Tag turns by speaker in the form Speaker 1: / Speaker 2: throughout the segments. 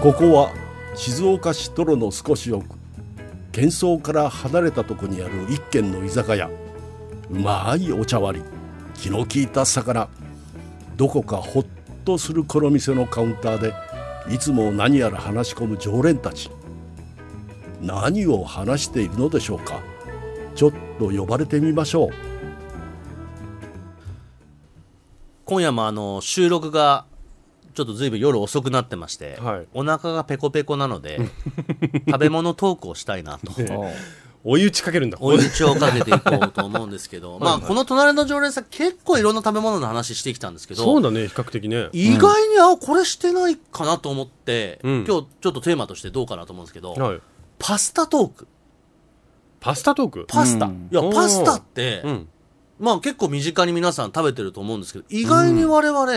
Speaker 1: ここは静岡市泥の少し奥喧騒から離れたとこにある一軒の居酒屋うまいお茶割り気の利いた魚どこかほっとするこの店のカウンターでいつも何やら話し込む常連たち何を話しているのでしょうかちょっと呼ばれてみましょう
Speaker 2: 今夜もあの収録がちょっとずいぶん夜遅くなってまして、
Speaker 3: はい
Speaker 2: お腹がペコペコなの で食べ物トークをしたいなと
Speaker 3: 追い打ちかけるんだ
Speaker 2: 追い打ちをかけていこうと思うんですけ どまあこの隣の常連さん結構いろんな食べ物の話してきたんですけど
Speaker 3: そうだね比較的ね
Speaker 2: 意外にあこれしてないかなと思って、
Speaker 3: うん
Speaker 2: 今日ちょっとテーマとしてどうかなと思うんですけど、
Speaker 3: はい
Speaker 2: パスタトーク
Speaker 3: パスタトーク
Speaker 2: パスタ、
Speaker 1: うん
Speaker 2: いや
Speaker 3: おー
Speaker 2: パスタって、
Speaker 3: うん
Speaker 2: まあ結構身近に皆さん食べてると思うんですけど意外に我々、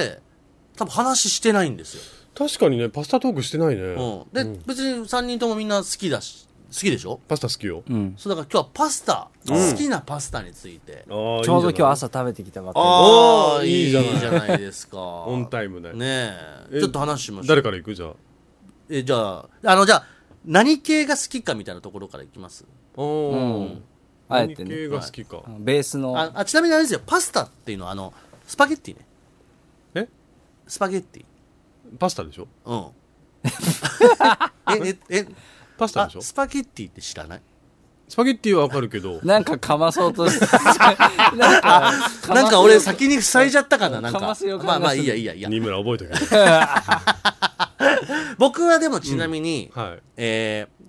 Speaker 2: 多分話してないんですよ、
Speaker 3: 確かにねパスタトークしてないね
Speaker 2: うん、で、別に3人ともみんな好きだし好きでしょ
Speaker 3: パスタ好きよ
Speaker 4: うん、
Speaker 2: そうだから今日はパスタ、好きなパスタについて
Speaker 3: ちょ
Speaker 4: ちょうど今日朝食べてきたばっか
Speaker 2: あ
Speaker 3: あ
Speaker 2: あ
Speaker 3: ー
Speaker 2: いい
Speaker 3: いい
Speaker 2: じ
Speaker 3: じ
Speaker 2: ゃ
Speaker 3: ゃ
Speaker 2: な
Speaker 3: ない
Speaker 2: いですか
Speaker 3: オンタイムで
Speaker 2: ねえ
Speaker 3: え
Speaker 2: ちょっと話しましょう
Speaker 3: 誰から行くじゃあ
Speaker 2: えじゃああのじゃあ何系が好きかみたいなところからいきます
Speaker 4: り、う
Speaker 3: お
Speaker 4: ん、あえてね
Speaker 3: 系が好きか
Speaker 4: ベースの
Speaker 2: ああちなみにあれですよパスタっていうのはあのスパゲッティね
Speaker 3: え
Speaker 2: スパゲッティ
Speaker 3: パスタでしょ
Speaker 2: うん えええ
Speaker 3: パスタ
Speaker 2: あ
Speaker 3: でしょ
Speaker 2: スパゲッティって知らない
Speaker 3: スパゲッティはわかるけど
Speaker 4: なんかかまそうとしてなんか
Speaker 2: なんか俺先に塞いじゃったかななんか
Speaker 4: かますよ
Speaker 2: まあまあ
Speaker 4: かます
Speaker 2: いいやいいやいいや
Speaker 3: 二村覚えとけ
Speaker 2: 僕はでもちなみに、
Speaker 3: はい
Speaker 2: えー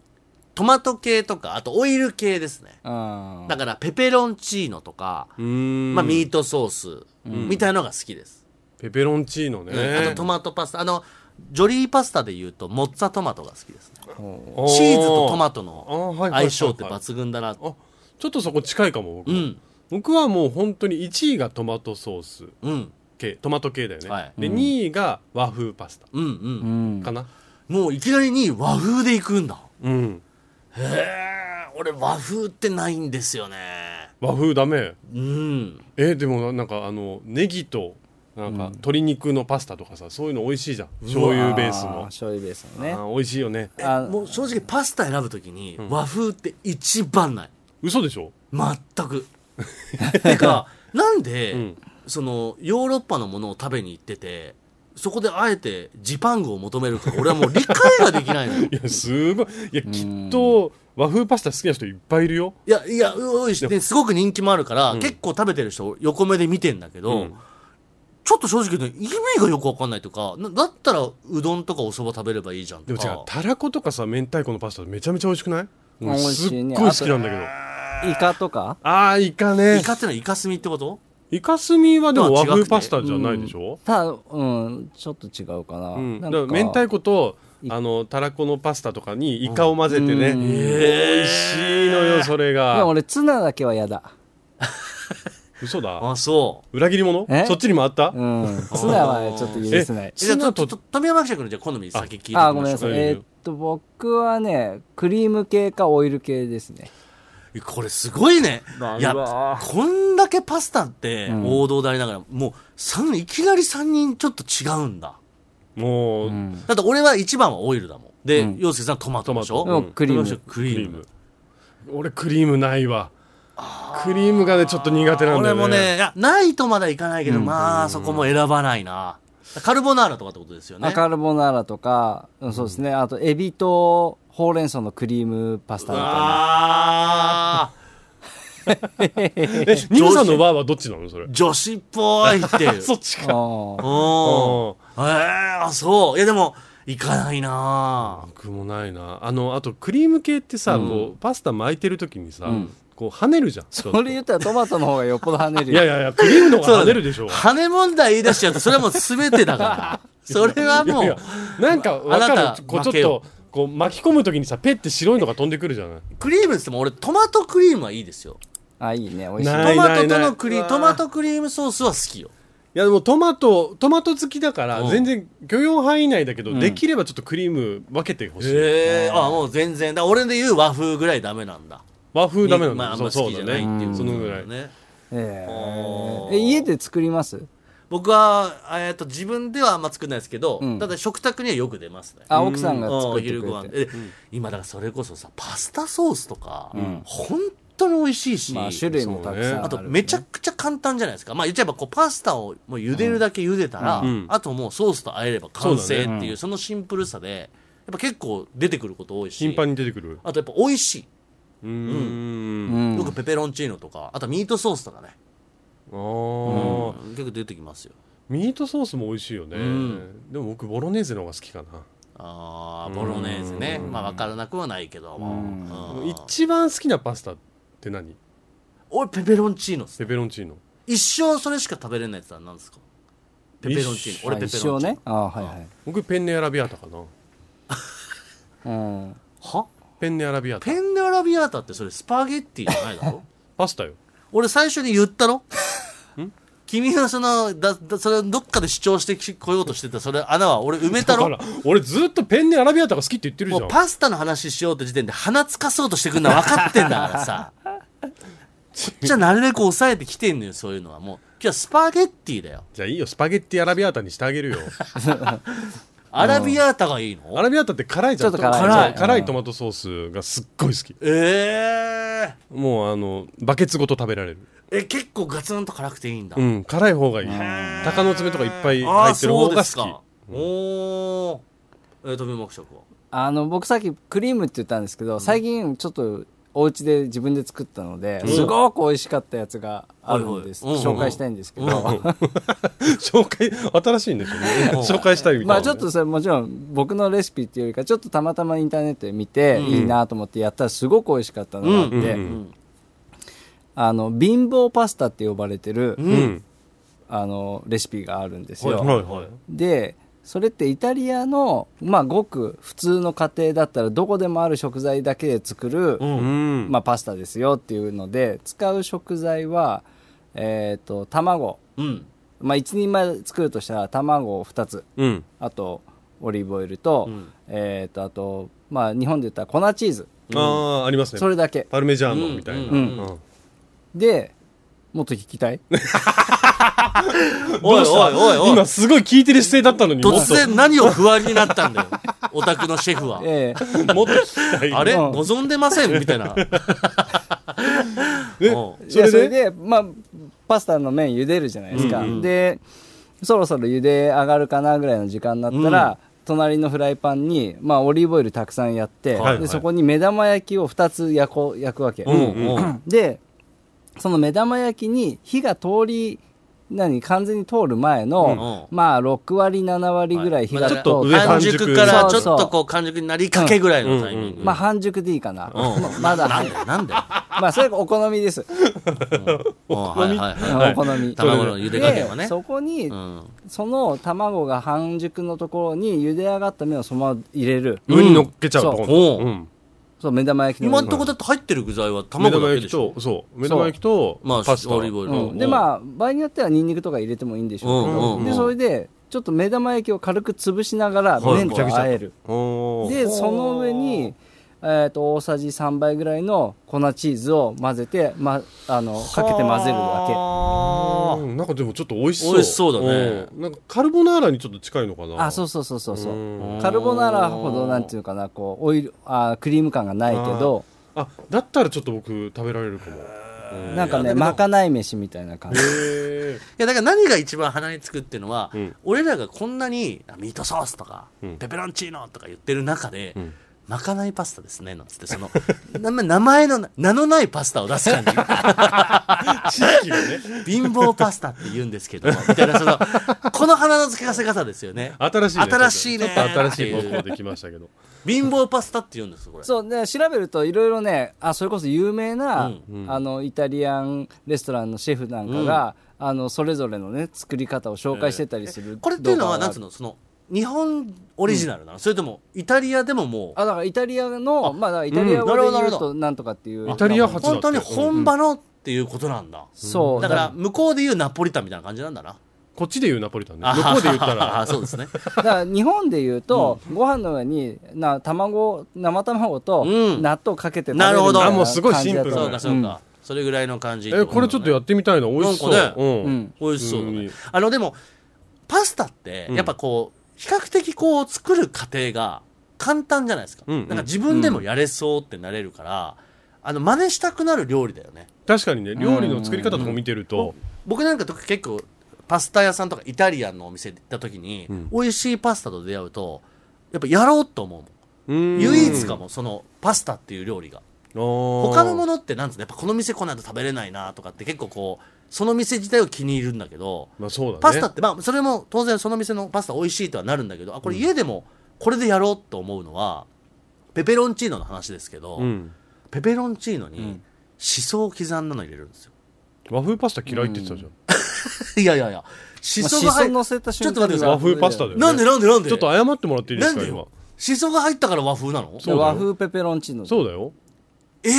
Speaker 2: トマト系とかあとオイル系ですね
Speaker 4: うん
Speaker 2: だからペペロンチーノとか、
Speaker 3: うーん
Speaker 2: まあ、ミートソースみたいのが好きです、
Speaker 3: ペペロンチーノね
Speaker 2: うんあとトマトパスタあのジョリーパスタでいうとモッツァトマトが好きですね
Speaker 3: あー
Speaker 2: チーズとトマト
Speaker 3: あー
Speaker 2: の
Speaker 3: はいはいはいは
Speaker 2: 相
Speaker 3: い
Speaker 2: 性って抜群だな
Speaker 3: あちょっとそこ近いかも僕
Speaker 2: うん
Speaker 3: 僕はもう本当に1位がトマトソース
Speaker 2: うん
Speaker 3: 系トマト系だよね、
Speaker 2: はい
Speaker 3: で2位が和風パスタ
Speaker 2: うんう、
Speaker 4: うんん
Speaker 3: かな
Speaker 2: もういきなりに和風でいくんだ
Speaker 3: うん、
Speaker 2: へえ俺和風ってないんですよね
Speaker 3: 和風ダメ
Speaker 2: うん
Speaker 3: えでもなんかあのネギとなんか鶏肉のパスタとかさそういうの美味しいじゃん醤油ベース
Speaker 4: あ
Speaker 3: の
Speaker 4: 醤油ベースのね
Speaker 3: あー美味しいよね
Speaker 4: あ
Speaker 2: もう正直パスタ選ぶときに和風って一番ない
Speaker 3: 嘘でしょ
Speaker 2: 全 くてかなんで、
Speaker 3: うん
Speaker 2: そのヨーロッパのものを食べに行っててそこであえてジパングを求めるか俺はもう理解ができ ないのよ
Speaker 3: いやすごいいやきっと和風パスタ好きな人いっぱいいるよ
Speaker 2: いやいやおいしねすごく人気もあるから、
Speaker 3: ん
Speaker 2: 結構食べてる人を横目で見てんだけど、
Speaker 3: うん
Speaker 2: ちょっと正直言うと意味がよくわかんないとかなだったらうどんとかおそば食べればいいじゃん
Speaker 3: で
Speaker 2: と
Speaker 3: も違う
Speaker 2: か
Speaker 3: たらことかさ明太子のパスタめちゃめちゃ美味しくない
Speaker 4: 美味しいね
Speaker 3: 俺すっごい好きなんだけど
Speaker 4: イカとか
Speaker 3: ああーイカね
Speaker 2: イカってのはイカスミってこと
Speaker 3: イカスミはでも和
Speaker 2: まあ違く
Speaker 3: 風
Speaker 2: て
Speaker 3: パスタじゃないでしょ、
Speaker 4: たうんちょっと違うかな,、
Speaker 3: うん、
Speaker 4: な
Speaker 3: だ
Speaker 4: ん
Speaker 3: から明太子とあのたらこのパスタとかにイカを混ぜてね、
Speaker 4: うん
Speaker 3: 美味しいのよそれ
Speaker 4: でも
Speaker 3: が
Speaker 4: 俺ツナだけは嫌だ
Speaker 3: 嘘だ
Speaker 2: あそう
Speaker 3: 裏切り者
Speaker 4: え
Speaker 3: そっちにもあった、
Speaker 4: うんツナはちょっと許せない
Speaker 3: え
Speaker 2: えじゃあち
Speaker 3: ツ
Speaker 2: ょ
Speaker 3: ナ
Speaker 2: っと
Speaker 3: と
Speaker 2: ちょっと富山記者君のじゃあ好み先聞いてみまし
Speaker 4: あ
Speaker 2: ょう
Speaker 4: ごめんなさい
Speaker 3: い
Speaker 4: えーっと僕はねクリーム系かオイル系ですね
Speaker 2: これすごいね
Speaker 4: な。
Speaker 2: い
Speaker 4: る
Speaker 2: や、
Speaker 4: わ
Speaker 2: こんだけパスタって
Speaker 4: うん
Speaker 2: 王道でありながら、もう三いきなり3人ちょっと違うんだ。
Speaker 3: もう、
Speaker 4: うん
Speaker 2: だって俺は1番はオイルだもん。で
Speaker 4: うん、
Speaker 2: 洋介さんトマトでしょ
Speaker 3: トマト
Speaker 4: うんクリーム
Speaker 2: トマトクリ
Speaker 3: クリ
Speaker 2: ー
Speaker 3: ーム
Speaker 2: ム。
Speaker 3: 俺クリームないわクリームがねちょっと苦手なんだ
Speaker 2: 俺
Speaker 3: よね
Speaker 2: もね、いや、ないとまだいかないけど、
Speaker 4: うん
Speaker 2: まあそこも選ばないな。カルボナーラとかってことですよね。
Speaker 4: カルボナーラとか、うんそうですねあとエビとほうれん草のクリームパスタみたいな
Speaker 2: あー
Speaker 3: えニムさんのバーはどっちなのそれ
Speaker 2: 女子っぽいっていう。
Speaker 3: そっちか
Speaker 4: あ
Speaker 2: う
Speaker 4: あ
Speaker 2: ん。
Speaker 3: うん
Speaker 2: えー、あ、そう。いやでも、いかないな
Speaker 3: 僕もないなあのあとクリーム系ってさ、こうパスタ巻いてる時にさ、
Speaker 4: うん
Speaker 3: こう跳ねるじゃんちょっと
Speaker 4: それ言ったらトマトの方がよっぽど跳ねる
Speaker 3: いやい
Speaker 4: よ
Speaker 3: やいやクリームの方が跳ねるでしょ
Speaker 2: 羽根問題言い出しちゃうと、それはもう全てだから。 それはい
Speaker 3: や
Speaker 2: も
Speaker 3: いうや、なんかわ
Speaker 2: あな
Speaker 3: か
Speaker 2: た
Speaker 3: るこうちょ
Speaker 2: 負け
Speaker 3: っ
Speaker 2: よ
Speaker 3: とこう巻き込むときにさペッて白いのが飛んでくるじゃない
Speaker 2: クリームっつっても俺トマトクリームはいいですよ。
Speaker 4: あいいね美味しい
Speaker 3: な
Speaker 2: ト
Speaker 3: い
Speaker 2: マトとのク
Speaker 3: な
Speaker 2: リ
Speaker 3: いないうわー
Speaker 2: トマトクリームソースは好きよ。
Speaker 3: いやでもトマトトマト好きだから
Speaker 2: うん
Speaker 3: 全然許容範囲内だけど、
Speaker 4: うん
Speaker 3: できればちょっとクリーム分けてほしい、
Speaker 2: ええあ、もう全然。だから俺で言う和風ぐらいダメなんだ。
Speaker 3: 和風ダメなんだ、
Speaker 2: まああん
Speaker 3: そ
Speaker 2: ま
Speaker 3: う
Speaker 2: 好
Speaker 3: そう
Speaker 2: きじ
Speaker 3: だ
Speaker 2: ゃない
Speaker 3: ね、
Speaker 2: っていう
Speaker 3: そのぐらい、
Speaker 2: ね
Speaker 4: え
Speaker 2: あー
Speaker 4: ええ家で作ります
Speaker 2: 僕は、えー、と自分ではあんま作んないですけど、
Speaker 4: うん
Speaker 2: ただ食卓にはよく出ますね
Speaker 4: あ奥さん
Speaker 2: う
Speaker 4: が
Speaker 2: ん
Speaker 4: 作
Speaker 2: お
Speaker 4: って
Speaker 2: 昼ご
Speaker 4: く
Speaker 2: 飯
Speaker 4: れて
Speaker 2: で今だからそれこそさパスタソースとか、
Speaker 4: ん
Speaker 2: 本当に美味しいし、
Speaker 4: まあ種類もたくさん
Speaker 3: そうね
Speaker 2: あ
Speaker 4: あ
Speaker 2: と
Speaker 4: る
Speaker 2: めちゃくちゃ簡単じゃないですか、まあ言っちゃえばこうパスタをもう茹でるだけ茹でたら、
Speaker 3: うんうん
Speaker 2: あともうソースと和えれば完成っていうそ
Speaker 3: そうだね
Speaker 2: のシンプルさでやっぱ結構出てくること多いし
Speaker 3: 頻繁に出てくる
Speaker 2: あとやっぱ美味しい、
Speaker 3: うー
Speaker 4: うんん
Speaker 2: よくペペロンチーノとかあとミートソースとかね、
Speaker 3: あ
Speaker 2: う
Speaker 3: ー
Speaker 2: ん結構出てきますよ
Speaker 3: ミートソースも美味しいよね、
Speaker 2: ん
Speaker 3: でも僕ボロネーゼの方が好きかな、
Speaker 2: あーボロネーゼねまあ分からなくはないけどもうん
Speaker 3: 一番好きなパスタって何
Speaker 2: 俺ペペロンチーノっす
Speaker 3: ペペロンチーノ
Speaker 2: 一生それしか食べれないやつは何ですかペペロンチーノ俺
Speaker 4: あ
Speaker 2: ペペ
Speaker 4: 一
Speaker 2: ロ
Speaker 4: 応
Speaker 2: ンチーノ
Speaker 4: ねあはいはい
Speaker 3: 僕ペンネアラビアータかな
Speaker 4: うん
Speaker 2: は
Speaker 3: ペンネアラビアータ
Speaker 2: ペンネアラビアータってそれスパゲッティじゃないだろ
Speaker 3: パスタよ
Speaker 2: 俺最初に言った ろ君のそのだだそれをどっかで主張してき来ようとしてたそれ穴は俺埋めた
Speaker 3: だ
Speaker 2: ろ
Speaker 3: から俺ずっとペンネアラビアータが好きって言ってるじ
Speaker 2: も
Speaker 3: ゃ
Speaker 2: うんパスタの話しようって時点で鼻つかそうとしてくるのは分かってんだから さこっちはなるべく抑えてきてんのよそういうのはもう今日はスパゲッティだよ
Speaker 3: じゃあいいよスパゲッティアラビアータにしてあげるよ
Speaker 2: アラビアータがいいの
Speaker 3: アラビアータって辛いじゃん
Speaker 4: ちょっと辛
Speaker 3: 辛い
Speaker 4: いうん
Speaker 3: 辛いトマトソースがすっごい好き
Speaker 2: えー、
Speaker 3: もうあのバケツごと食べられる
Speaker 2: え結構ガツンと辛くていいんだ、
Speaker 3: うん辛い方がいい鷹の爪とかいっぱい
Speaker 2: あ
Speaker 3: 入
Speaker 2: あ
Speaker 3: ってる方
Speaker 2: そうで
Speaker 3: が
Speaker 2: す
Speaker 3: 好き
Speaker 2: か、おおえー、富山伯爵は
Speaker 4: あの僕さっきクリームって言ったんですけど最近ちょっとお家で自分で作ったのですごく美味しかったやつがあるんです
Speaker 2: はいはいうんうん
Speaker 4: 紹介したいんですけど、
Speaker 3: 紹介新しいんですよね
Speaker 2: うん
Speaker 3: 紹介したいみたいな
Speaker 4: まあちょっとそれもちろん僕のレシピっていうよりかちょっとたまたまインターネットで見て
Speaker 2: ん
Speaker 4: いいなと思ってやったらすごく美味しかったのがあって、
Speaker 3: うんうんうん
Speaker 2: うん
Speaker 4: あの貧乏パスタって呼ばれてる、
Speaker 2: うん、
Speaker 3: うん
Speaker 4: あのレシピがあるんです
Speaker 3: はい
Speaker 4: よ、
Speaker 3: はいはい
Speaker 4: でそれってイタリアの、まあ、ごく普通の家庭だったらどこでもある食材だけで作る、
Speaker 3: うん
Speaker 4: まあ、パスタですよっていうので使う食材は、えー、と卵、
Speaker 2: うん
Speaker 4: まあ、1人前作るとしたら卵を2つ
Speaker 3: うん
Speaker 4: あとオリーブオイルと,、
Speaker 2: ん
Speaker 4: えー、とあと、まあ、日本で言ったら粉チーズ
Speaker 3: あああります
Speaker 4: そ
Speaker 3: ね
Speaker 4: れだけ
Speaker 3: パルメジャーノみたいな
Speaker 2: うん
Speaker 3: うん
Speaker 4: でもっと聞きたい
Speaker 2: おいおいおいおい
Speaker 3: 今すごい聞いてる姿勢だったのにもっ
Speaker 2: 突然何を不安になったん だよお宅のシェフは
Speaker 4: ええ
Speaker 3: ともっと聞きたい
Speaker 2: あれ、
Speaker 4: うん
Speaker 2: 望んでませんみたいな
Speaker 3: え
Speaker 2: うん
Speaker 4: いやそ
Speaker 3: それで
Speaker 4: れで、まあ、パスタの麺茹でるじゃないですか、
Speaker 3: うんうん
Speaker 4: でそろそろ茹で上がるかなぐらいの時間になったら、隣のフライパンに、まあ、オリーブオイルたくさんやって、
Speaker 3: はいは
Speaker 4: で
Speaker 3: い
Speaker 4: そこに目玉焼きを2つ焼こう焼くわけ、
Speaker 3: うん
Speaker 4: でその目玉焼きに火が通り何完全に通る前の、
Speaker 2: う
Speaker 4: まあ6割7割ぐらい火が通って、
Speaker 3: ちょっと上半
Speaker 2: 半
Speaker 3: 熟
Speaker 2: 熟からちょ
Speaker 4: そう
Speaker 2: っ
Speaker 4: そう
Speaker 2: とこう完熟になりかけぐらいのタイミング、
Speaker 4: まあ半熟でいいかな、
Speaker 2: うん
Speaker 4: ま まだ
Speaker 2: なんだよなんだよ
Speaker 4: まあそれがお好みです、
Speaker 2: うんはいはいはい
Speaker 4: お好み
Speaker 2: 卵の茹で加減はね
Speaker 4: でそこに
Speaker 2: うん
Speaker 4: その卵が半熟のところに茹で上がった麺をそのまま入れる。
Speaker 3: 上に乗っけちゃう
Speaker 4: そう
Speaker 3: ポン
Speaker 2: お
Speaker 3: と
Speaker 2: う
Speaker 3: うん
Speaker 4: そう、目玉焼きの
Speaker 2: 今
Speaker 4: 上
Speaker 2: ん
Speaker 4: に。
Speaker 2: とこだって入ってる具材は
Speaker 3: 目
Speaker 2: 卵だ
Speaker 3: 玉
Speaker 2: け
Speaker 3: 焼
Speaker 2: で
Speaker 3: き
Speaker 2: しょ
Speaker 3: とそう目玉焼きと
Speaker 2: まあ
Speaker 3: パスタ
Speaker 2: オリーブオイル
Speaker 4: うんで、まあ、場合によってはニンニクとか入れてもいいんでしょうけ
Speaker 2: うんうんう
Speaker 4: ど、
Speaker 2: ん
Speaker 4: で、それで、ちょっと目玉焼きを軽く潰しながら
Speaker 2: はい
Speaker 4: 麺と和える。
Speaker 3: おー
Speaker 4: で、その上に、えっと、大さじ3杯ぐらいの粉チーズを混ぜて、ま、あの、かけて混ぜるわ
Speaker 2: あ
Speaker 3: うんなんかでもちょっと美味しそう
Speaker 2: 美味しそうだね
Speaker 3: うんなんかカルボナーラにちょっと近いのか
Speaker 4: け。
Speaker 3: な
Speaker 4: あ、そうそうそうそうそう。
Speaker 3: ん
Speaker 4: カルボナーラほど、なんていうかな、こう、オイル、あクリーム感がないけど、
Speaker 3: あだったらちょっと僕食べられるかもうん
Speaker 4: なんか
Speaker 2: いやだけ
Speaker 4: ね、
Speaker 2: ど
Speaker 4: まかない飯みたいな感じ。
Speaker 3: へえ
Speaker 2: いやだから何が一番鼻につくっていうのは、
Speaker 3: うん
Speaker 2: 俺らがこんなにあミートソースとか、
Speaker 3: うん
Speaker 2: ペペロンチーノとか言ってる中で、
Speaker 3: ん
Speaker 2: まかないパスタですねなんつってその 名前名前のな名のないパスタを出す 感じ
Speaker 3: 知識がね
Speaker 2: 貧乏パスタって言うんですけどみたいなそのこの鼻の付かせ方ですよね
Speaker 3: 新しいね
Speaker 2: 新しいね
Speaker 3: ちょっと新しい方向できましたけど
Speaker 2: 貧乏パスタって言うんですこれ
Speaker 4: そうね、調べるといろいろねあそれこそ有名な、
Speaker 2: うん
Speaker 4: あのイタリアンレストランのシェフなんかが、あのそれぞれのね作り方を紹介してたりする、
Speaker 2: これっていうのはなんつう
Speaker 4: の
Speaker 2: のその日本オリジナルなの、それともイタリアでももう
Speaker 4: あだからイタリアのまあだからイタリア
Speaker 2: うんなるほ
Speaker 4: 語
Speaker 2: ど
Speaker 4: で
Speaker 2: なる
Speaker 4: 言
Speaker 2: ほ
Speaker 4: う
Speaker 2: ど
Speaker 4: となんとかっていう
Speaker 3: イタリア発
Speaker 2: 本当に本場のっていうことなんだ、
Speaker 4: そう
Speaker 2: だから向こうで言うナポリタンみたいな感じなんだな
Speaker 3: こっちで言うナポリタンね
Speaker 2: あ
Speaker 3: 向こうで言った
Speaker 2: あ
Speaker 3: ら
Speaker 2: あ そうですね
Speaker 4: だから日本で言うと、ご飯の上にな卵生卵と
Speaker 2: うん
Speaker 4: 納豆かけて食べるみた
Speaker 2: な
Speaker 4: い
Speaker 2: るほど
Speaker 3: あもうすごいシンプル
Speaker 4: 感じだ
Speaker 2: そ
Speaker 4: と
Speaker 2: うか
Speaker 4: 思
Speaker 2: そ
Speaker 4: う
Speaker 2: うか、それぐらいの感じ
Speaker 3: えこれちょっとやってみたいな美味しそう
Speaker 2: なんか
Speaker 3: うん
Speaker 4: うん
Speaker 2: 美味しそうだ
Speaker 3: う
Speaker 2: ね
Speaker 3: ん
Speaker 2: あのでもパスタって
Speaker 3: うん
Speaker 2: やっぱこう、比較的こう作る過程が簡単じゃないですか,、
Speaker 3: うんうん
Speaker 2: なんか自分でもやれそうってなれるから、あの真似したくなる料理だよね
Speaker 3: 確かにね料理の作り方とか見てると
Speaker 2: 僕なんかと結構パスタ屋さんとかイタリアンのお店行った時に、
Speaker 3: うん
Speaker 2: 美味しいパスタと出会うとやっぱやろうと思うもん唯
Speaker 3: 唯
Speaker 2: 一かもそのパスタっていう料理が他
Speaker 3: 他
Speaker 2: のものってなんつうのやっぱこの店来ないと食べれないなとかって結構こうその店自体を気に入るんだけど
Speaker 3: まあそうだね
Speaker 2: パスタってまあそれも当然その店のパスタ美味しいとはなるんだけどあこれ家でもこれでやろうと思うのはペペロンチーノの話ですけど、
Speaker 3: うん
Speaker 2: ペペロンチーノにしそを刻んだの入れるんですよ
Speaker 3: 和風パスタ嫌いって言ってたじゃん
Speaker 2: いやいやいやし
Speaker 4: まあ
Speaker 2: そ
Speaker 4: し
Speaker 2: が入
Speaker 4: そ
Speaker 2: っ
Speaker 4: 乗せた瞬
Speaker 2: ちょっ
Speaker 4: 間
Speaker 2: と待ってください
Speaker 3: 和風パスタだよね
Speaker 2: なんでなんでなんで
Speaker 3: ちょっと謝ってもらっていいで
Speaker 2: な
Speaker 3: す
Speaker 2: ん
Speaker 3: か
Speaker 2: で
Speaker 3: 今
Speaker 2: よしそが入ったから和風なの
Speaker 3: そうだよ
Speaker 4: 和風ペペロンチーノ
Speaker 3: そうだよ
Speaker 2: え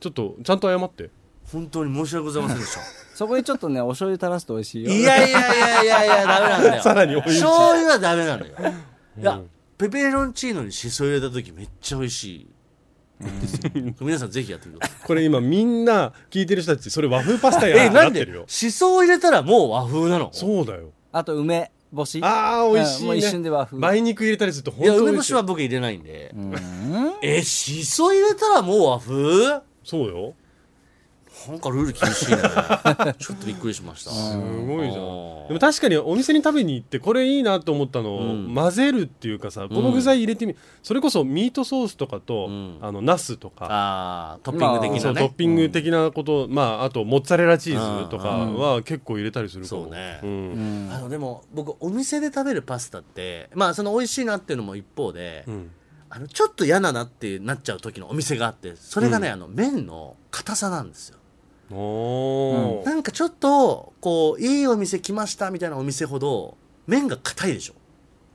Speaker 3: ちょっとちゃんと謝って
Speaker 2: 本当に申し訳ございませんでした
Speaker 4: そこにちょっとねお醤油垂らすと美味しいよ
Speaker 2: いやいやいやいやいや、ダメなんだよ。
Speaker 3: さらに美味しい
Speaker 2: 醤油はダメなのよ。いや、ペペロンチーノにしそ入れた時めっちゃ美味しい。皆さんぜひやってみてください。
Speaker 3: これ今みんな聞いてる人たちそれ和風パスタや
Speaker 2: え、
Speaker 3: な
Speaker 2: な
Speaker 3: っ
Speaker 2: ん
Speaker 3: て
Speaker 2: で
Speaker 3: るよ
Speaker 2: しそを入れたらもう和風なの
Speaker 3: そうだよ
Speaker 4: あと梅干し
Speaker 3: あー美味しいね
Speaker 4: うんもう一瞬で和風
Speaker 3: 梅肉入れたりすると
Speaker 2: い
Speaker 3: 本
Speaker 2: や、
Speaker 3: 当
Speaker 2: 梅
Speaker 3: 美
Speaker 2: 干
Speaker 3: 味し
Speaker 2: し
Speaker 3: い
Speaker 2: は僕入れないんで。
Speaker 4: うん
Speaker 2: え、しそ入れたらもう和風
Speaker 3: そうよ
Speaker 2: なんかルール厳しいね。ちょっとびっくりしました。
Speaker 3: すごいじゃん
Speaker 2: あー
Speaker 3: でも確かにお店に食べに行ってこれいいなと思ったのを
Speaker 2: うん
Speaker 3: 混ぜるっていうかさこの具材入れてみそれこそミートソースとかと
Speaker 2: うん
Speaker 3: あのナスとか
Speaker 2: あートッピング的
Speaker 3: そ
Speaker 2: な
Speaker 3: うトッ
Speaker 2: ね。
Speaker 3: ピング的なことまああとモッツァレラチーズとかは結構入れたりするかも
Speaker 2: そうね
Speaker 3: うん
Speaker 2: あの、でも僕お店で食べるパスタって、まあその美味しいなっていうのも一方で、
Speaker 3: うん
Speaker 2: あのちょっと嫌だなってなっちゃう時のお店があってそれがね、あの麺の硬さなんですよ
Speaker 3: おー
Speaker 2: なんかちょっとこういいお店来ましたみたいなお店ほど麺が硬いでしょ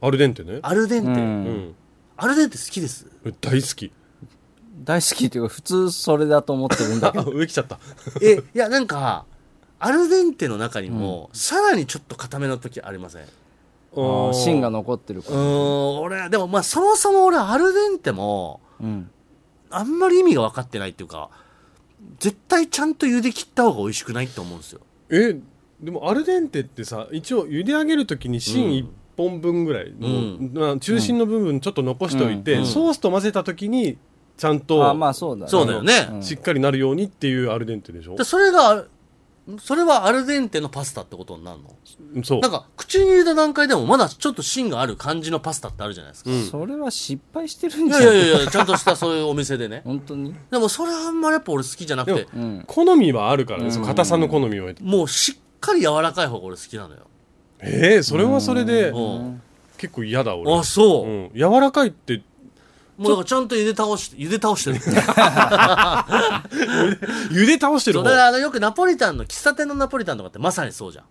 Speaker 3: アルデンテね
Speaker 2: アルデンテ、
Speaker 4: うん
Speaker 3: うん
Speaker 2: アルデンテ好き です
Speaker 3: 大好き
Speaker 4: 大好きっていうか普通それだと思ってるんだ け
Speaker 3: あ
Speaker 4: ど
Speaker 3: 上来ちゃった
Speaker 2: えいやなんかアルデンテの中にも、さらにちょっと硬めの時ありませんう
Speaker 4: うん芯が
Speaker 3: の
Speaker 4: 残ってるか
Speaker 2: ー
Speaker 4: ら、
Speaker 2: ん俺でもまあそもそも俺アルデンテも
Speaker 4: うん
Speaker 2: あんまり意味が分かってないっていうか絶対ちゃんと茹で切った方が美味しくないって思うんですよ
Speaker 3: えでもアルデンテってさ一応茹で上げるときに芯1本分ぐらいの、
Speaker 2: うん
Speaker 3: まあ、中心の部分ちょっと残しておいて、
Speaker 2: うん
Speaker 3: ソースと混ぜたときにちゃんと
Speaker 4: あまあそうだね
Speaker 2: そうだよね、
Speaker 4: うん
Speaker 3: しっかりなるようにっていうアルデンテでしょ
Speaker 2: で、それが、それはアルデンテのパスタってことになるの
Speaker 3: そう
Speaker 2: なんか、口に入れた段階でもまだちょっと芯がある感じのパスタってあるじゃないですか。
Speaker 3: うん
Speaker 4: それは失敗してるん
Speaker 2: い
Speaker 4: じゃ
Speaker 2: や
Speaker 4: ない
Speaker 2: いやいや、ちゃんとしたそういうお店 でね。
Speaker 4: 本当に
Speaker 2: でもそれはあんまりやっぱ俺好きじゃなくて
Speaker 3: で、
Speaker 4: うん
Speaker 3: 好みはあるからね、その硬さの好みは
Speaker 2: もうしっかり柔らかい方が俺好きなのよ。
Speaker 3: えー、それはそれで
Speaker 2: うん。
Speaker 3: 結構嫌だ俺
Speaker 2: あ、そうう。
Speaker 3: ん、柔らかいって
Speaker 2: もうだからちゃんと茹で倒して、茹で倒してる。
Speaker 3: 茹で倒して
Speaker 2: そ
Speaker 3: る
Speaker 2: うだ
Speaker 3: 方
Speaker 2: からあのよくナポリタンの、喫茶店のナポリタンとかってまさにそうじゃん。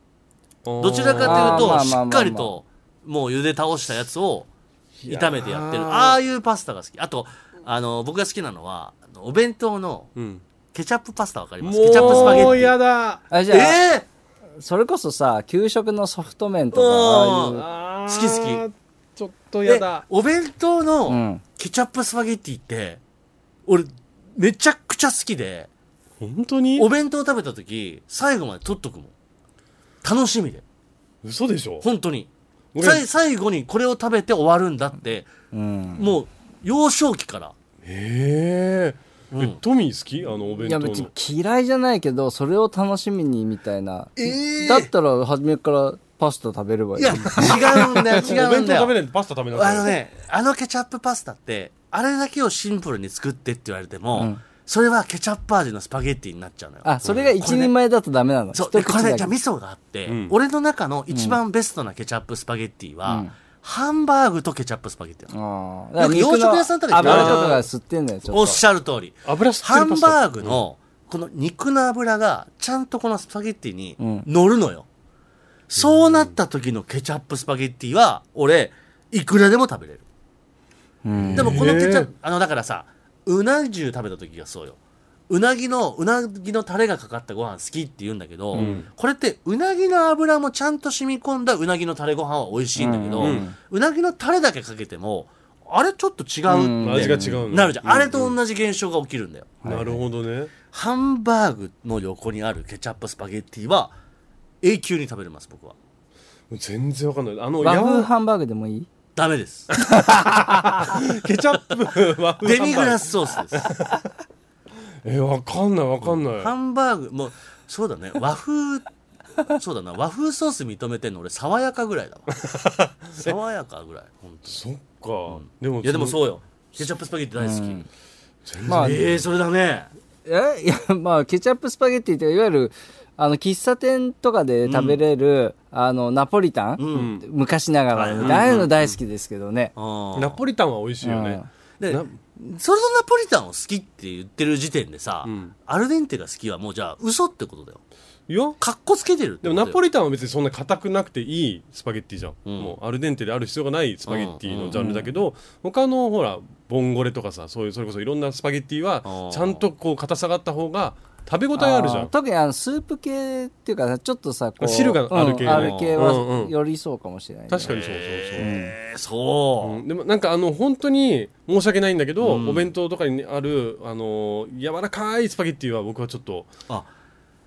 Speaker 2: どちらかという
Speaker 4: あーまあまあ
Speaker 2: と、
Speaker 4: まあまあ
Speaker 2: しっかりと、もう茹で倒したやつを炒めてやってる。
Speaker 3: いやー
Speaker 2: ああいうパスタが好き。あと、あの、僕が好きなのは、あのお弁当の
Speaker 3: と、うん、
Speaker 2: ケチャップパスタわかりますケチャップスパゲッ
Speaker 3: もう
Speaker 2: ティ
Speaker 3: 嫌。だ
Speaker 4: あじゃあ、
Speaker 2: え
Speaker 4: それこそさ給食のソフト麺とか
Speaker 2: うん
Speaker 4: あ
Speaker 3: 好
Speaker 2: 好き好
Speaker 3: きちょっと
Speaker 2: ー、
Speaker 3: 嫌
Speaker 2: え
Speaker 3: だ
Speaker 2: お弁当
Speaker 4: あいう、う
Speaker 2: の
Speaker 4: ん、
Speaker 2: ケチャップスパゲッティって、俺、めちゃくちゃ好きで、
Speaker 3: 本当に
Speaker 2: お弁当食べた時、最後まで取っとくもん。楽しみで。
Speaker 3: 嘘でしょ
Speaker 2: 本当に。
Speaker 3: 俺
Speaker 2: さい最後にこれを食べて終わるんだって、
Speaker 4: うん、
Speaker 2: もう、幼少期から。
Speaker 3: へーえ、
Speaker 2: うん
Speaker 3: トミー好きあのお弁
Speaker 4: い
Speaker 3: 当
Speaker 4: や
Speaker 3: の
Speaker 4: 別に嫌いじゃないけどそれを楽しみにみたいな、
Speaker 2: え
Speaker 4: だったら初めからパスタ食べればい
Speaker 2: い
Speaker 4: い
Speaker 2: や、違うん だよ、違
Speaker 3: お
Speaker 2: う
Speaker 3: 弁
Speaker 2: んだ
Speaker 3: 当食
Speaker 2: よ。
Speaker 3: べないでパスタ食べなさ
Speaker 2: あ
Speaker 3: い
Speaker 2: のね、あのケチャップパスタって、あれだけをシンプルに作ってって言われても、
Speaker 4: うん
Speaker 2: それはケチャップ味のスパゲッティになっちゃうのよ。
Speaker 4: あそれが一人前だとダメなの、
Speaker 2: そう、
Speaker 4: 一
Speaker 2: で、
Speaker 4: 口
Speaker 2: これ
Speaker 4: だ
Speaker 2: ね、
Speaker 4: け
Speaker 2: じゃあ味噌があって、
Speaker 3: うん
Speaker 2: 俺の中の一番ベストなケチャップスパゲッティは、
Speaker 4: うん
Speaker 2: ハンバーグとケチャップスパゲッティなの
Speaker 4: あ
Speaker 2: なんか洋食屋さんとか行ったら
Speaker 4: 油とかが吸ってんのよちょっと
Speaker 2: おっしゃる通り。
Speaker 3: 油吸って
Speaker 2: ハ
Speaker 3: るパ
Speaker 2: ン
Speaker 3: スタ
Speaker 2: バーグの、この肉の油が、ちゃんとこのスパゲッティに
Speaker 4: うん
Speaker 2: 乗るのよ。そうなった時のケチャップスパゲッティは、俺、いくらでも食べれる。
Speaker 4: うん
Speaker 2: でもこのケチャップ
Speaker 3: へ、
Speaker 2: あの、だからさ、うな重食べた時がそうよ。うなぎのうなぎのタレがかかったご飯好きって言うんだけど、
Speaker 3: ん
Speaker 2: これってうなぎの油もちゃんと染み込んだうなぎのタレご飯は美味しいんだけど、う
Speaker 3: うんうん
Speaker 2: なぎのタレだけかけてもあれちょっと違
Speaker 4: う
Speaker 2: うっ
Speaker 3: 味
Speaker 2: て、
Speaker 3: が違うの
Speaker 2: なるじゃん、
Speaker 3: う
Speaker 2: あれと同じ現象が起きるんだよ
Speaker 3: なるほどね
Speaker 2: ハンバーグの横にあるケチャップスパゲッティは永久に食べれます僕は
Speaker 3: 全然わかんないあの
Speaker 4: 和風
Speaker 3: や
Speaker 4: ハンバーグでもいい
Speaker 2: ダメです
Speaker 3: ケチャ ップ和風
Speaker 2: デミグラ
Speaker 3: ス
Speaker 2: スソースです
Speaker 3: えわかんないわかんない、
Speaker 2: ハンバーグもうそう だね和風そうだな和風ソース認めてんの俺爽やかぐら いだわ爽やかぐらい本当
Speaker 3: そっか、でも
Speaker 2: いやでも
Speaker 3: う
Speaker 2: そうよケチャップスパゲッティ大好き、
Speaker 4: まあ、
Speaker 2: ええー、それだね
Speaker 4: え いやまあケチャップスパゲッティっていわゆるあの喫茶店とかで食べれる、あのナポリタン、
Speaker 2: ん
Speaker 4: 昔ながらの、ああいうの大好きですけどね、
Speaker 2: あ
Speaker 3: ナポリタンは美味しいよね、
Speaker 2: で
Speaker 3: な
Speaker 2: それのナポリタンを好きって言ってる時点でさ、
Speaker 3: ん
Speaker 2: アルデンテが好きはもうじゃあ嘘ってことだよ
Speaker 3: いや
Speaker 2: かっこつけてるって
Speaker 3: で
Speaker 2: こ
Speaker 3: も
Speaker 2: とだよ
Speaker 3: ナポリタンは別にそんな硬くなくていいスパゲッティじゃん、
Speaker 2: ん
Speaker 3: もうアルデンテである必要がないスパゲッティのジャンルだけど、他のほらボンゴレとかさそういうそれこそいろんなスパゲッティ
Speaker 2: あ
Speaker 3: は
Speaker 2: あ
Speaker 3: ちゃんとこう硬さがあった方が食べ応えあるじゃ
Speaker 4: あー
Speaker 3: ん
Speaker 4: 特にあのスープ系っていうかさちょっとさこう
Speaker 3: 汁がある系
Speaker 4: うん
Speaker 3: の
Speaker 4: ある系
Speaker 3: うん
Speaker 4: は
Speaker 3: うん
Speaker 4: よりそうかもしれないね、
Speaker 3: 確かにそうそうそう、
Speaker 2: えー、そう、
Speaker 3: うんでもなんかあの本当に申し訳ないんだけど、お弁当とかにあるあの柔らかいスパゲッティは僕はちょっと
Speaker 2: あ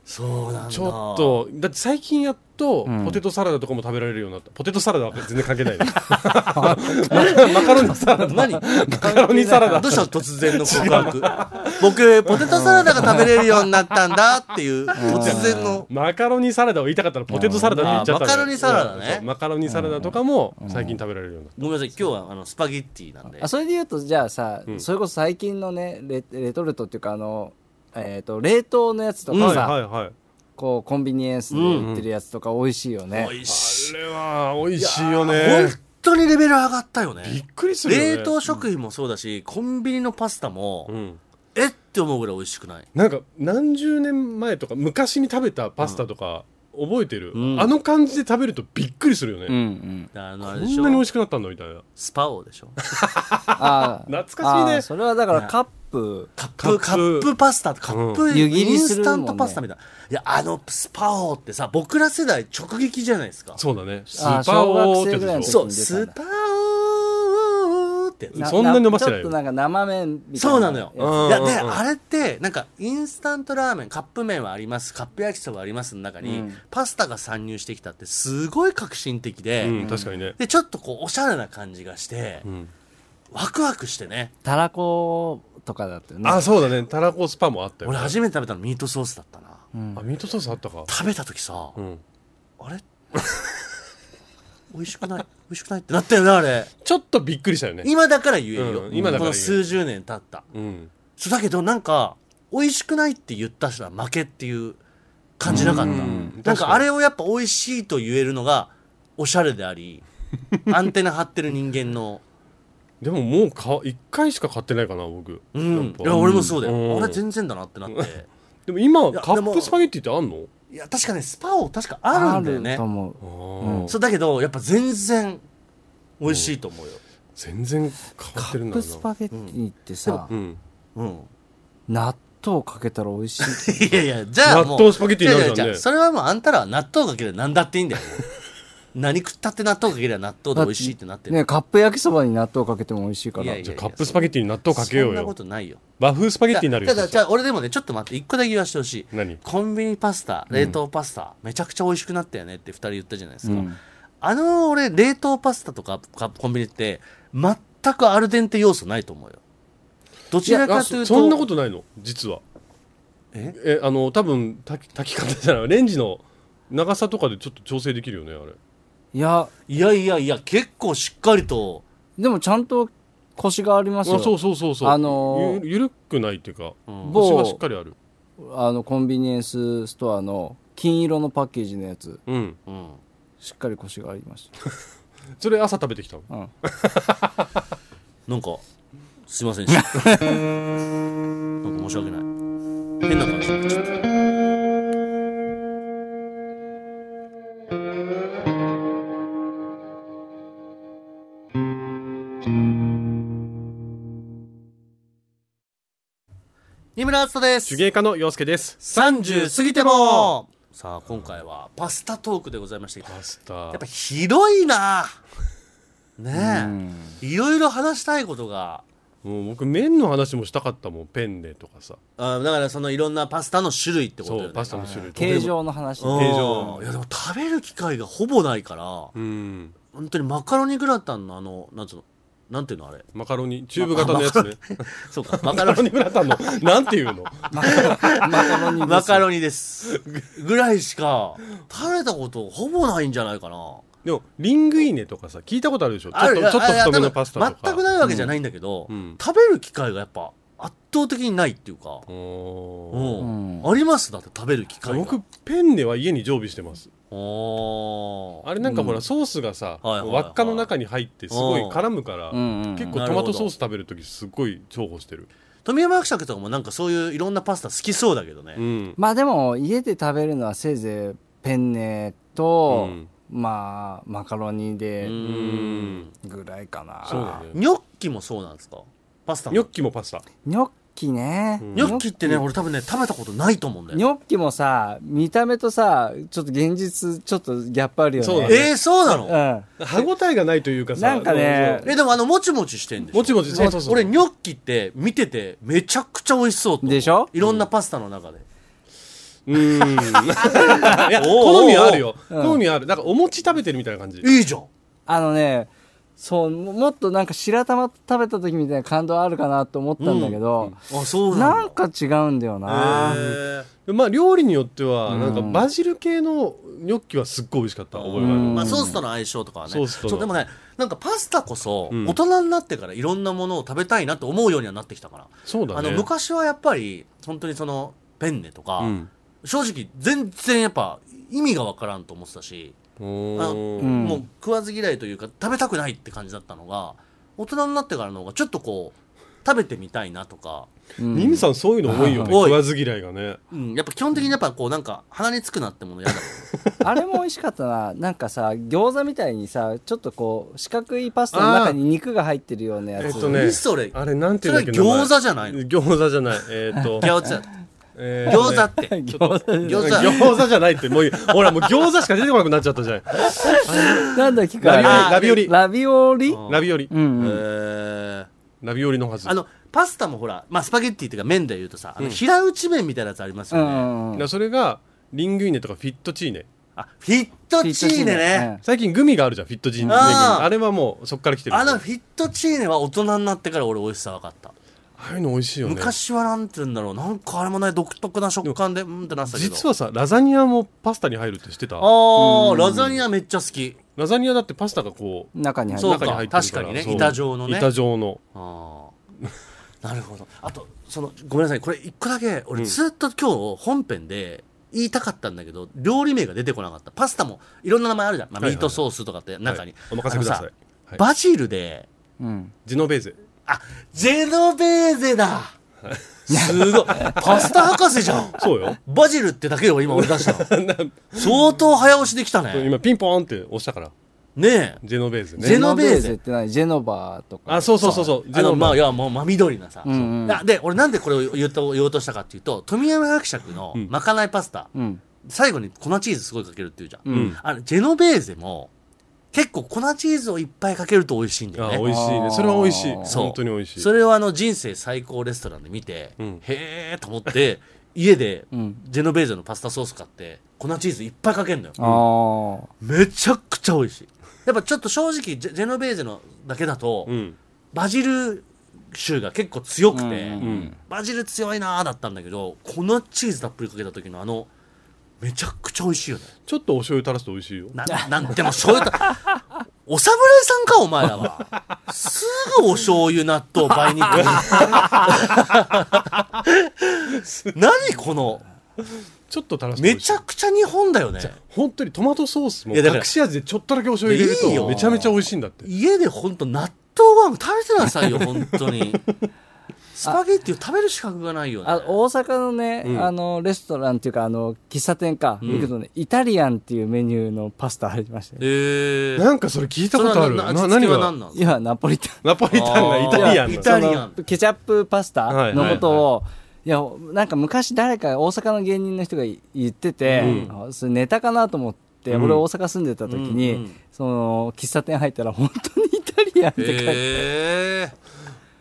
Speaker 2: そうなんだ
Speaker 3: ちょっとだって最近やっとポテトサラダとかも食べられるようになった、ポテトサラダは全然関係ない ですマカロニサラダ
Speaker 2: 何
Speaker 3: マカロニサラダ
Speaker 2: どうしたの突然の告白僕ポテトサラダが食べれるようになったんだっていう突然の
Speaker 3: マカロニサラダを言いたかったらポテトサラダって言っちゃったの
Speaker 2: あマ
Speaker 3: よ
Speaker 2: カロニサラダね
Speaker 3: そうマカロニサラダとかも最近食べられるようになっ
Speaker 2: ごめんなさい今日はあのスパゲッティなんで
Speaker 4: あそれで言うとじゃあさ、それこそ最近のねレレトルトっていうかあの、えー、と冷凍のやつと
Speaker 3: た、
Speaker 4: かさ、
Speaker 3: はいはいはい
Speaker 4: こうコンビニエンスで売ってるやつとか美味しいよね、
Speaker 2: 美味しい
Speaker 3: あれは美味しいよ
Speaker 2: 本
Speaker 3: ね
Speaker 2: 当にレベル上がったよね
Speaker 3: びっくりするよね
Speaker 2: 冷凍食品もそうだしコンビニのパスタも
Speaker 3: うん
Speaker 2: えって思うぐらい美味しくない
Speaker 3: なんか何十年前とか昔に食べたパスタとか覚えてる、
Speaker 2: うん
Speaker 3: あの感じで食べるとびっくりするよね、
Speaker 4: うんうん
Speaker 2: あのあ
Speaker 3: こ
Speaker 2: れでし
Speaker 3: んなに美
Speaker 2: ょ
Speaker 3: 味しくなったんだみたいな
Speaker 2: スパオでしょ
Speaker 4: あー
Speaker 3: 懐かしいね
Speaker 4: あーそれはだからカップ
Speaker 2: カップカップパスタカップ
Speaker 4: ん湯切
Speaker 2: イ
Speaker 4: り
Speaker 2: ン
Speaker 4: す
Speaker 2: ス
Speaker 4: る
Speaker 2: タ
Speaker 4: もん
Speaker 2: ン
Speaker 4: ね
Speaker 2: トパスタみたいないやあのスパオってさ僕ら世代直撃じゃないですか
Speaker 3: そうだねス
Speaker 4: あ
Speaker 3: ー
Speaker 4: ー
Speaker 3: パーオーって
Speaker 4: 小学生ぐらい
Speaker 3: や
Speaker 4: の
Speaker 3: つで
Speaker 4: 時
Speaker 3: しょ
Speaker 2: そう、スパオーってやつ。
Speaker 3: そんなに伸ばしてない
Speaker 4: ち
Speaker 3: よ
Speaker 4: ょっとなんか生麺みたいな
Speaker 2: そうなのよ。
Speaker 4: や
Speaker 3: うん
Speaker 2: いや、で、
Speaker 3: うん
Speaker 2: あれって、なんか、インスタントラーメン、カップ麺はあります、カップ焼きそばありますの中に、
Speaker 4: うん
Speaker 2: パスタが参入してきたって、すごい革新的で、
Speaker 3: うん確かにね、
Speaker 2: で、ちょっとこう、おしゃれな感じがして、
Speaker 3: ん
Speaker 2: ワクワクしてね。
Speaker 4: つたらことかだったよね
Speaker 3: あそうだねたらこスパもあったよ
Speaker 2: 俺、初めて食べたのミートソースだったな。
Speaker 3: あミートソースあったか
Speaker 2: 食べた時さ、
Speaker 3: うん
Speaker 2: あれ 美味しくない美味しくないってなったよな、あれ。
Speaker 3: ちょっとびっくりしたよね
Speaker 2: 今だから言えるよ。
Speaker 3: うん今だから言える
Speaker 2: この数十年経った。
Speaker 3: うん
Speaker 2: そうだけどなんか美味しくないって言った人は負けっていう感じなかった、
Speaker 3: ん
Speaker 2: なん
Speaker 3: 確かに
Speaker 2: かあれをやっぱ美味しいと言えるのがおしゃれであ りアンテナ張ってる人間の
Speaker 3: でももうか1回しか買ってないかな僕
Speaker 2: うんい
Speaker 3: やっ
Speaker 2: や
Speaker 3: ぱ
Speaker 2: 俺もそうだ
Speaker 3: う
Speaker 2: よ
Speaker 3: ん
Speaker 2: 俺全然だなってなって
Speaker 3: でも今
Speaker 2: や
Speaker 3: カ
Speaker 2: で
Speaker 3: ッ
Speaker 2: も
Speaker 3: プスパゲッティってあんの
Speaker 2: いや確かねスパオ確かあるんだよ
Speaker 4: ある
Speaker 2: ね
Speaker 4: と思う
Speaker 3: ああ
Speaker 2: そうだけどやっぱ全然美味しいと思うよ、
Speaker 3: 全然変わってるん
Speaker 4: カ
Speaker 3: だろ
Speaker 4: ップス
Speaker 3: うな
Speaker 4: パゲッティってさ、
Speaker 3: うん
Speaker 2: うん、
Speaker 4: 納豆かけたら美味しい
Speaker 2: いやいやじゃあもう
Speaker 3: 納豆スパゲッティになるじゃんね
Speaker 2: いやいやいやそれはもうあんたらは納豆かけりゃ何だっていいんだよ何食ったって納豆かけりゃ納豆で美味しいってなってる
Speaker 4: ねカップ焼きそばに納豆かけても美味しいから
Speaker 2: いやいや
Speaker 3: じゃあカップスパゲッティに納豆かけよう
Speaker 2: そんなこ
Speaker 3: よ
Speaker 2: とないよ。
Speaker 3: 和風スパゲッティになるよ
Speaker 2: ただ、じゃあ俺でもね、ちょっと待って、一個だけ言わせてほしい。
Speaker 3: 何
Speaker 2: コンビニパスタ、冷凍パスタ、めちゃくちゃ美味しくなったよねって二人言ったじゃないですか。あの俺、冷凍パスタとかかコンビニって、全くアルデンテ要素ないと思うよ。どちら
Speaker 3: あ
Speaker 2: かとい
Speaker 3: そう
Speaker 2: と、
Speaker 3: そんなことないの実は
Speaker 2: え
Speaker 3: えあの多分炊き 炊き方じゃないレンジの長さとかでちょっと調整できるよねあれ
Speaker 4: いや
Speaker 2: いやいやいや、結構しっかりと、
Speaker 4: でもちゃんとコシがありますよ
Speaker 3: あそうそうそうそう
Speaker 4: あのー
Speaker 3: ゆゆるくないっていうか腰がしっ
Speaker 4: 某
Speaker 3: かりある
Speaker 4: あのコンビニエンスストアの金色のパッケージのやつ
Speaker 3: うん
Speaker 2: うん。
Speaker 4: しっかりコシがありまし
Speaker 3: それ朝食べてきたの
Speaker 4: た、うん、
Speaker 2: なんか、すいませんでした。なんか申し訳ない。変な感じになっちゃった。日村敦人です
Speaker 3: 手芸家の洋介です
Speaker 2: 30過ぎてもさあ今回はパスタトークでございましたけど
Speaker 3: パスタ
Speaker 2: やっぱ広いなねえいろいろ話したいことが
Speaker 3: もう僕麺の話もしたかったもんペンネとかさ
Speaker 2: あだからそのいろんなパスタの種類ってこと
Speaker 3: そ
Speaker 2: よ
Speaker 3: う
Speaker 2: ね
Speaker 3: パスタの種類と
Speaker 4: 形状の話
Speaker 2: うん
Speaker 3: 形状
Speaker 2: いやでも食べる機会がほぼないから
Speaker 3: うん
Speaker 2: 本当にマカロニグラタンのあのなんつうのなんていうのあれ
Speaker 3: マカロニチューブ型のやつね
Speaker 2: そう かマカ
Speaker 3: マカ
Speaker 2: ロニ
Speaker 3: ロニグラタンのなんていうの
Speaker 4: マカロニ
Speaker 2: マカロニ ですぐらいしか食べたことほぼないんじゃないかな
Speaker 3: でもリングイネとかさ聞いたことあるでしょちょ
Speaker 2: あ
Speaker 3: っと
Speaker 2: る
Speaker 3: ちょっと
Speaker 2: あ
Speaker 3: 太めのパスタ
Speaker 2: あ
Speaker 3: とか
Speaker 2: 全くないわけじゃないんだけど、
Speaker 3: うんうん
Speaker 2: 食べる機会がやっぱ圧倒的にないっていうか、
Speaker 3: お
Speaker 2: う
Speaker 3: ー
Speaker 2: ん
Speaker 4: うん
Speaker 2: ありますだって食べる機会が
Speaker 3: 僕ペンネは家に常備してます
Speaker 2: おー
Speaker 3: あれなんかほらソースがさ
Speaker 2: はいはいはい
Speaker 3: 輪っかの中に入ってすごい絡むから
Speaker 4: うんうん
Speaker 3: 結構トマトソース食べる時すごい重宝してる
Speaker 2: 富山伯爵とかもなんかそういういろんなパスタ好きそうだけどね、
Speaker 3: うん
Speaker 4: まあでも家で食べるのはせいぜいペンネと、
Speaker 3: うん
Speaker 4: まあマカロニで
Speaker 2: う
Speaker 3: うんん
Speaker 4: ぐらいかな、
Speaker 3: そうだね
Speaker 2: ニョッキもそうなんですかパスタも
Speaker 3: ニョッキもパスタ
Speaker 4: ニョッキね、
Speaker 3: うん
Speaker 2: ニョッキってね俺多分ね食べたことないと思うんだよ
Speaker 4: ニョッキもさ見た目とさちょっと現実ちょっとギャップあるよね
Speaker 3: そうだね
Speaker 2: えー、そうなの、
Speaker 4: うん
Speaker 3: 歯ごたえがないというかさ
Speaker 4: なんかね
Speaker 2: えでもあのもちもちしてんでしょ
Speaker 3: もちもちそうそうそう
Speaker 2: 俺ニョッキって見ててめちゃくちゃ美味しそうと思う
Speaker 4: でしょ
Speaker 2: いろんなパスタの中で、
Speaker 3: うーんいや
Speaker 2: おー
Speaker 3: 好みはあるよ
Speaker 4: おー
Speaker 3: 好みはあるなんかお餅食べてるみたいな感
Speaker 2: い
Speaker 3: じ
Speaker 2: いじゃん
Speaker 4: あのねそうもっとなんか白玉食べた時みたいな感動あるかなと思ったんだけど、
Speaker 2: あそうなんだ
Speaker 4: なんか違うんだよな、
Speaker 2: へ
Speaker 3: まあ料理によっては
Speaker 4: うん
Speaker 3: なんかバジル系のニョッキはすっごい美味しかった覚えがあ
Speaker 4: う
Speaker 3: る
Speaker 2: ー
Speaker 4: ん
Speaker 2: まあ、ソースとの相性とかはね
Speaker 3: ソースとの
Speaker 2: そうでもねなんかパスタこそ
Speaker 3: うん
Speaker 2: 大人になってからいろんなものを食べたいなと思うようにはなってきたから、
Speaker 3: そうだ
Speaker 2: あ
Speaker 3: ね
Speaker 2: の昔はやっぱり本当にそのペンネとか、
Speaker 3: うん
Speaker 2: 正直全然やっぱ意味がわからんと思ってたし、
Speaker 3: おー
Speaker 4: あうん
Speaker 2: もう食わず嫌いというか食べたくないって感じだったのが大人になってからの方がちょっとこう食べてみたいなとか、
Speaker 4: うん
Speaker 3: ニムさんそういうの多いよね
Speaker 2: 多い
Speaker 3: 食わず嫌いがね
Speaker 2: うん、やっぱ基本的にやっぱこうなんか鼻につくなってもの嫌だもん
Speaker 4: あれも美味しかったな。なんかさ、餃子みたいにさ、ちょっとこう、四角いパスタの中に肉が入ってるようなや
Speaker 3: えっ
Speaker 4: つ。
Speaker 3: とね
Speaker 2: 何それ
Speaker 3: あれなんていうんだっけ
Speaker 2: それは餃子
Speaker 3: 名前
Speaker 2: じゃないの
Speaker 3: 餃子じゃないえーっ と
Speaker 2: 餃子
Speaker 3: えーっと
Speaker 2: 餃
Speaker 3: ね
Speaker 2: 子って
Speaker 4: 餃子
Speaker 2: 餃子
Speaker 3: 餃子じゃないってもうほらもう餃子しか出てこなくなっちゃったじゃない
Speaker 4: なんだっけ
Speaker 2: あ
Speaker 4: か。
Speaker 3: ラビオリ
Speaker 4: ラビオリ
Speaker 2: あ
Speaker 3: ラビオリ
Speaker 4: うんうん。
Speaker 2: えー
Speaker 3: ラビオリのはず
Speaker 2: あのパスタもほら、まあ、スパゲッティっていうか麺でいうとさあの平打ち麺みたいなやつあります
Speaker 4: う
Speaker 2: よね、
Speaker 4: んうん
Speaker 3: なそれがリングイネとかフィットチーネ
Speaker 2: あフィットチーネね。
Speaker 3: 最近グミがあるじゃんフィットチーネ
Speaker 2: あー
Speaker 3: あれはもうそっから来てる
Speaker 2: あのフィットチーネは大人になってから俺美味しさ分かった、
Speaker 3: ああいうの美味しいよね
Speaker 2: 昔はなんて言うんだろうなんかあれもない独特な食感でうんってなってたけど
Speaker 3: 実
Speaker 2: は
Speaker 3: はさラザニアもパスタに入るって知ってた
Speaker 2: あーラザニアめっちゃ好き
Speaker 3: ラザニアだってパスタがこう
Speaker 4: 中に入
Speaker 2: そう
Speaker 4: る。
Speaker 2: か
Speaker 3: 中に入ってるから
Speaker 2: 確かにね
Speaker 3: そう
Speaker 2: 板状のね
Speaker 3: 板状の
Speaker 2: ああなるほどあとそのごめんなさいこれ一個だけ俺ずっと今日本編で言いたかったんだけど、料理名が出てこなかったパスタもいろんな名前あるじゃん、まあ、
Speaker 3: は
Speaker 2: ミ
Speaker 3: いはい
Speaker 2: ートソースとかって中に、
Speaker 3: はいお任せくだ
Speaker 2: あ
Speaker 3: さ
Speaker 2: の
Speaker 3: いはい
Speaker 2: バジルで
Speaker 4: うん。
Speaker 3: ジェノベーゼ
Speaker 2: あジェノベーゼだすごいパスタ博士じゃん
Speaker 3: そうよ
Speaker 2: バジルってだけよ今俺出 したの相当早押しできたね
Speaker 3: 今ピンポーンって押したから
Speaker 2: ねえ
Speaker 3: ジェノベーゼ
Speaker 2: ジェ
Speaker 3: ね
Speaker 2: ノベーゼ
Speaker 4: って何ジェノバーとか。
Speaker 3: あそうそうそうそうジ
Speaker 2: あ
Speaker 3: ェノ
Speaker 2: のまあい
Speaker 3: ベー
Speaker 2: やもう真緑なさ、
Speaker 4: うんうん
Speaker 2: あで俺なんでこれを言うと言おうとしたかっていうと富山伯爵の
Speaker 3: ん
Speaker 2: まかないパスタ、
Speaker 4: うん。
Speaker 2: 最後に粉チーズすごいかけるっていうじゃん、
Speaker 3: ん
Speaker 2: あのジェノベーゼも結構粉チーズをいっぱいかけると美味しいんだ
Speaker 3: ゼあ
Speaker 2: よね
Speaker 3: ー美味しいねそれは美味しい
Speaker 2: そう
Speaker 3: 本当に美味しい
Speaker 2: それをあの人生最高レストランで見て、
Speaker 3: うん
Speaker 2: へえと思って家で
Speaker 4: うん
Speaker 2: ジェノベーゼのパスタソース買って粉チーズいっぱいかけるのよ
Speaker 4: あー
Speaker 2: めちゃくちゃ美味しいやっぱちょっと正直ジェジェノベーゼのだけだと、
Speaker 3: うん
Speaker 2: バジル臭が結構強くて、
Speaker 4: うん
Speaker 3: うん
Speaker 2: バジル強いなーだったんだけど粉チーズたっぷりかけた時のあのめちゃくちゃ美味しいよね
Speaker 3: ちょっとお醤油垂らすと美味しいよ
Speaker 2: ななんでも醤油とお侍さんかお前らはすぐお醤油納豆梅肉 何この
Speaker 3: ちょっと垂らすと美
Speaker 2: め
Speaker 3: 味し
Speaker 2: ち
Speaker 3: い
Speaker 2: ゃくちゃ日本だよね
Speaker 3: 本当にトマトソースも
Speaker 2: いやだから
Speaker 3: 隠し味でちょっとだけお醤油入れる
Speaker 2: いいよ
Speaker 3: とめちゃめちゃ美味しいんだって
Speaker 2: 家でほんと納豆ご飯食べてなさいよ本当にスパゲッティを食べる資格がないよね
Speaker 4: あ大阪のね、
Speaker 3: ん
Speaker 4: あのレストランっていうかあの喫茶店か、行くとねイタリアンっていうメニューのパスタありましたよ
Speaker 2: えー、
Speaker 3: なんかそれ聞いたことあ
Speaker 2: そ
Speaker 3: る
Speaker 2: れは
Speaker 3: な
Speaker 2: な味
Speaker 3: 何
Speaker 2: 付けは
Speaker 3: が
Speaker 2: 何なん
Speaker 4: 今ナポリタン
Speaker 3: ナポリタン
Speaker 2: あ
Speaker 3: が
Speaker 2: ー
Speaker 3: イタリアン
Speaker 2: イ
Speaker 3: な
Speaker 2: タリアン
Speaker 4: そのケチャップパスタのことをいやなんか昔誰か大阪の芸人の人が言ってて、あそれネタかなと思って、俺大阪住んでた時に、
Speaker 2: うんうん
Speaker 4: その喫茶店入ったら本当にイタリアンって書いて、
Speaker 2: え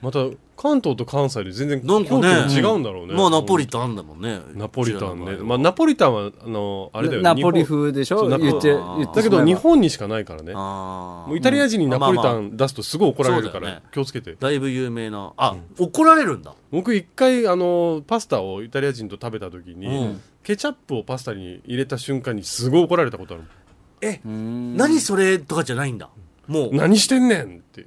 Speaker 3: また関東と関西で全然
Speaker 2: えなんかね
Speaker 3: 表記違うんだろうね、
Speaker 2: まあナポリタンだもんね
Speaker 3: ナポリタンね、ま
Speaker 2: ま
Speaker 3: あ、ナポリタンはあのあれだよね
Speaker 4: ナポリ風でし
Speaker 3: そ
Speaker 4: ょ
Speaker 3: うナポ
Speaker 4: 言って
Speaker 2: あー
Speaker 4: 言って
Speaker 3: だけ
Speaker 4: しまえ
Speaker 3: ど
Speaker 4: ば
Speaker 3: 日本にしかないからねも
Speaker 2: あ
Speaker 3: うイタリア人にナポリ
Speaker 2: まあ
Speaker 3: タ
Speaker 2: ま
Speaker 3: ン出すとすごい怒られるか
Speaker 2: そうだよ
Speaker 3: ら
Speaker 2: ね
Speaker 3: 気をつけて
Speaker 2: あだいぶ有名なあ、怒られるんだ
Speaker 3: 僕一回あのパスタをイタリア人と食べた時に、
Speaker 2: うん
Speaker 3: ケチャップをパスタに入れた瞬間にすごい怒られたことある
Speaker 2: え何それとかじゃないんだもう
Speaker 3: 何してんねんって、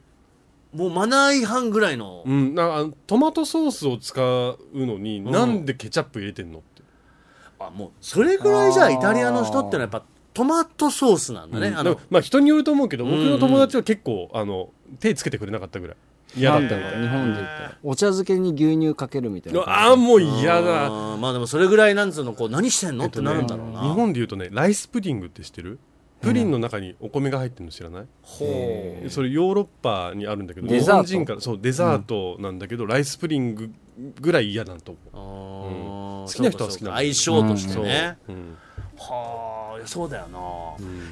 Speaker 2: もうマナー違反ぐらいの
Speaker 3: うん、なあのトマトソースを使うのに、なんでケチャップ入れてんのって
Speaker 2: あもうそれぐらいじゃあイタリアの人ってのはやっぱトマトソースなんだね、あ
Speaker 3: で
Speaker 2: の
Speaker 3: もまあ人によると思うけど、
Speaker 2: うん
Speaker 3: 僕の友達は結構あの手つけてくれなかったぐらい嫌だったみたい
Speaker 4: 日本で言ったらお茶漬けに牛乳かけるみたいな
Speaker 3: ああーもう嫌だ
Speaker 2: あーまあでもそれぐらいなんつうのこう何してんの、ってなるんだろう
Speaker 3: 日
Speaker 2: な
Speaker 3: 本で言うとねライスプディングって知ってるプリンの中にお米が入ってるの知らない、
Speaker 2: ほう
Speaker 3: それヨーロッパにあるんだけど
Speaker 4: デ
Speaker 3: 日
Speaker 4: ザー
Speaker 3: 本
Speaker 4: ト
Speaker 3: 人からそうデザートなんだけど、ライスプディングぐらい嫌なんと
Speaker 2: あー
Speaker 3: 思ううん好きな人は好きなんだ
Speaker 2: 相性として
Speaker 3: そう、
Speaker 2: ね、
Speaker 3: うん
Speaker 2: はあいやそうだよな、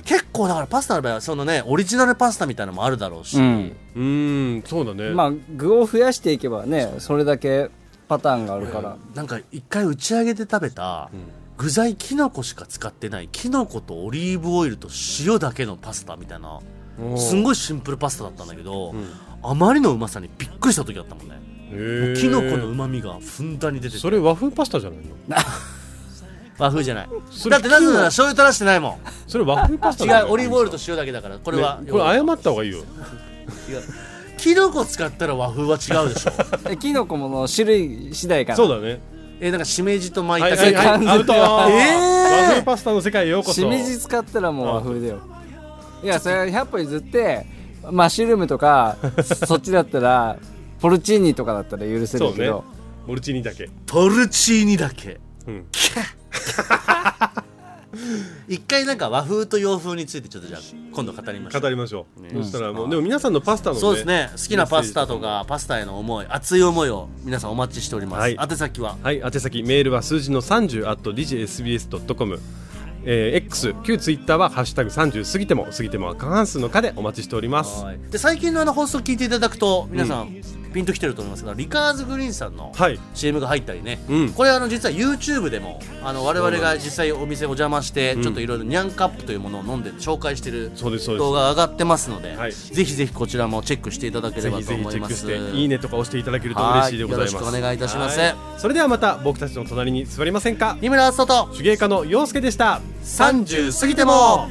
Speaker 2: 結構だからパスタの場合はそのねオリジナルパスタみたいなのもあるだろうし、
Speaker 4: うん
Speaker 3: うーんそうだね、
Speaker 4: まあ具を増やしていけばねそれだけパターンがあるから、
Speaker 2: なんか一回打ち上げで食べた具材キノコしか使ってないキノコとオリーブオイルと塩だけのパスタみたいな
Speaker 3: おー
Speaker 2: すんごいシンプルパスタだったんだけど、
Speaker 3: ん
Speaker 2: あまりのうまさにびっくりした時だったもんね
Speaker 3: へー
Speaker 2: キノコのうまみがふんだんに出て
Speaker 3: そ
Speaker 2: て
Speaker 3: れ和風パスタじゃないの
Speaker 2: 和風じゃない
Speaker 3: それ
Speaker 2: だってなぜなら醤油垂らしてないもん
Speaker 3: それ和風パスタ
Speaker 2: 違
Speaker 3: だよ
Speaker 2: うオリーブオイルと塩だけだからこれは、
Speaker 3: ねこれ謝った方がいいよ
Speaker 2: 違うキノコ使ったら和風は違うでし ょ
Speaker 4: えキノコもの種類次第かな
Speaker 3: そうだね
Speaker 2: えなんかしめじと
Speaker 3: は
Speaker 2: 舞
Speaker 3: い
Speaker 2: 茸
Speaker 3: はい
Speaker 2: が
Speaker 3: はいアウト、
Speaker 2: えー
Speaker 3: 和風パスタの世界へようこそ
Speaker 4: しめじ使ったらもう和風だよいやそれは100歩譲ってマッシュルームとかそっちだった らポルチーニとかだったら許せ
Speaker 3: そ
Speaker 4: る
Speaker 3: う
Speaker 4: け
Speaker 3: ね
Speaker 4: ど、
Speaker 3: オルチーニだけ
Speaker 2: ポルチーニだけ
Speaker 3: うん
Speaker 2: 一回なんか和風と洋風についてちょっとじゃあ今度語りましょう
Speaker 3: 語りましょう、そしたらもうでも皆さんのパスタのね
Speaker 2: そうですね好きなパスタとかパスタへの思い熱い思いを皆さんお待ちしております、
Speaker 3: はい
Speaker 2: 宛先は
Speaker 3: はい、宛先メールは数字の30 at digsbs.com、えー、X 旧ツイッターはハッシュタグ30過ぎても過ぎてもは過半数の課でお待ちしておりますは
Speaker 2: で最近のあの放送聞いていただくと皆さんピンときてると思いますが、リカーズグリーンさんの
Speaker 3: い
Speaker 2: CM が入ったりね、
Speaker 3: うん
Speaker 2: これあの実は YouTube でもあの我々が実際お店お邪魔してちょっといろいろニャンカップというものを飲んで紹介してる
Speaker 3: そうですそうです
Speaker 2: 動画が上がってますので、
Speaker 3: はい
Speaker 2: ぜひぜひこちらもチェックしていただけれ
Speaker 3: ぜ
Speaker 2: ば
Speaker 3: ひ
Speaker 2: と
Speaker 3: ぜひ
Speaker 2: 思
Speaker 3: チ
Speaker 2: い
Speaker 3: ェッ
Speaker 2: ま
Speaker 3: クし
Speaker 2: す
Speaker 3: ていいねとか押していただけると嬉しいでございます
Speaker 2: はいよろしくお願いいたします
Speaker 3: はそれではまた僕たちの隣に座りませんか
Speaker 2: 三村敦人と
Speaker 3: 手芸家の陽介でした
Speaker 2: 30過ぎても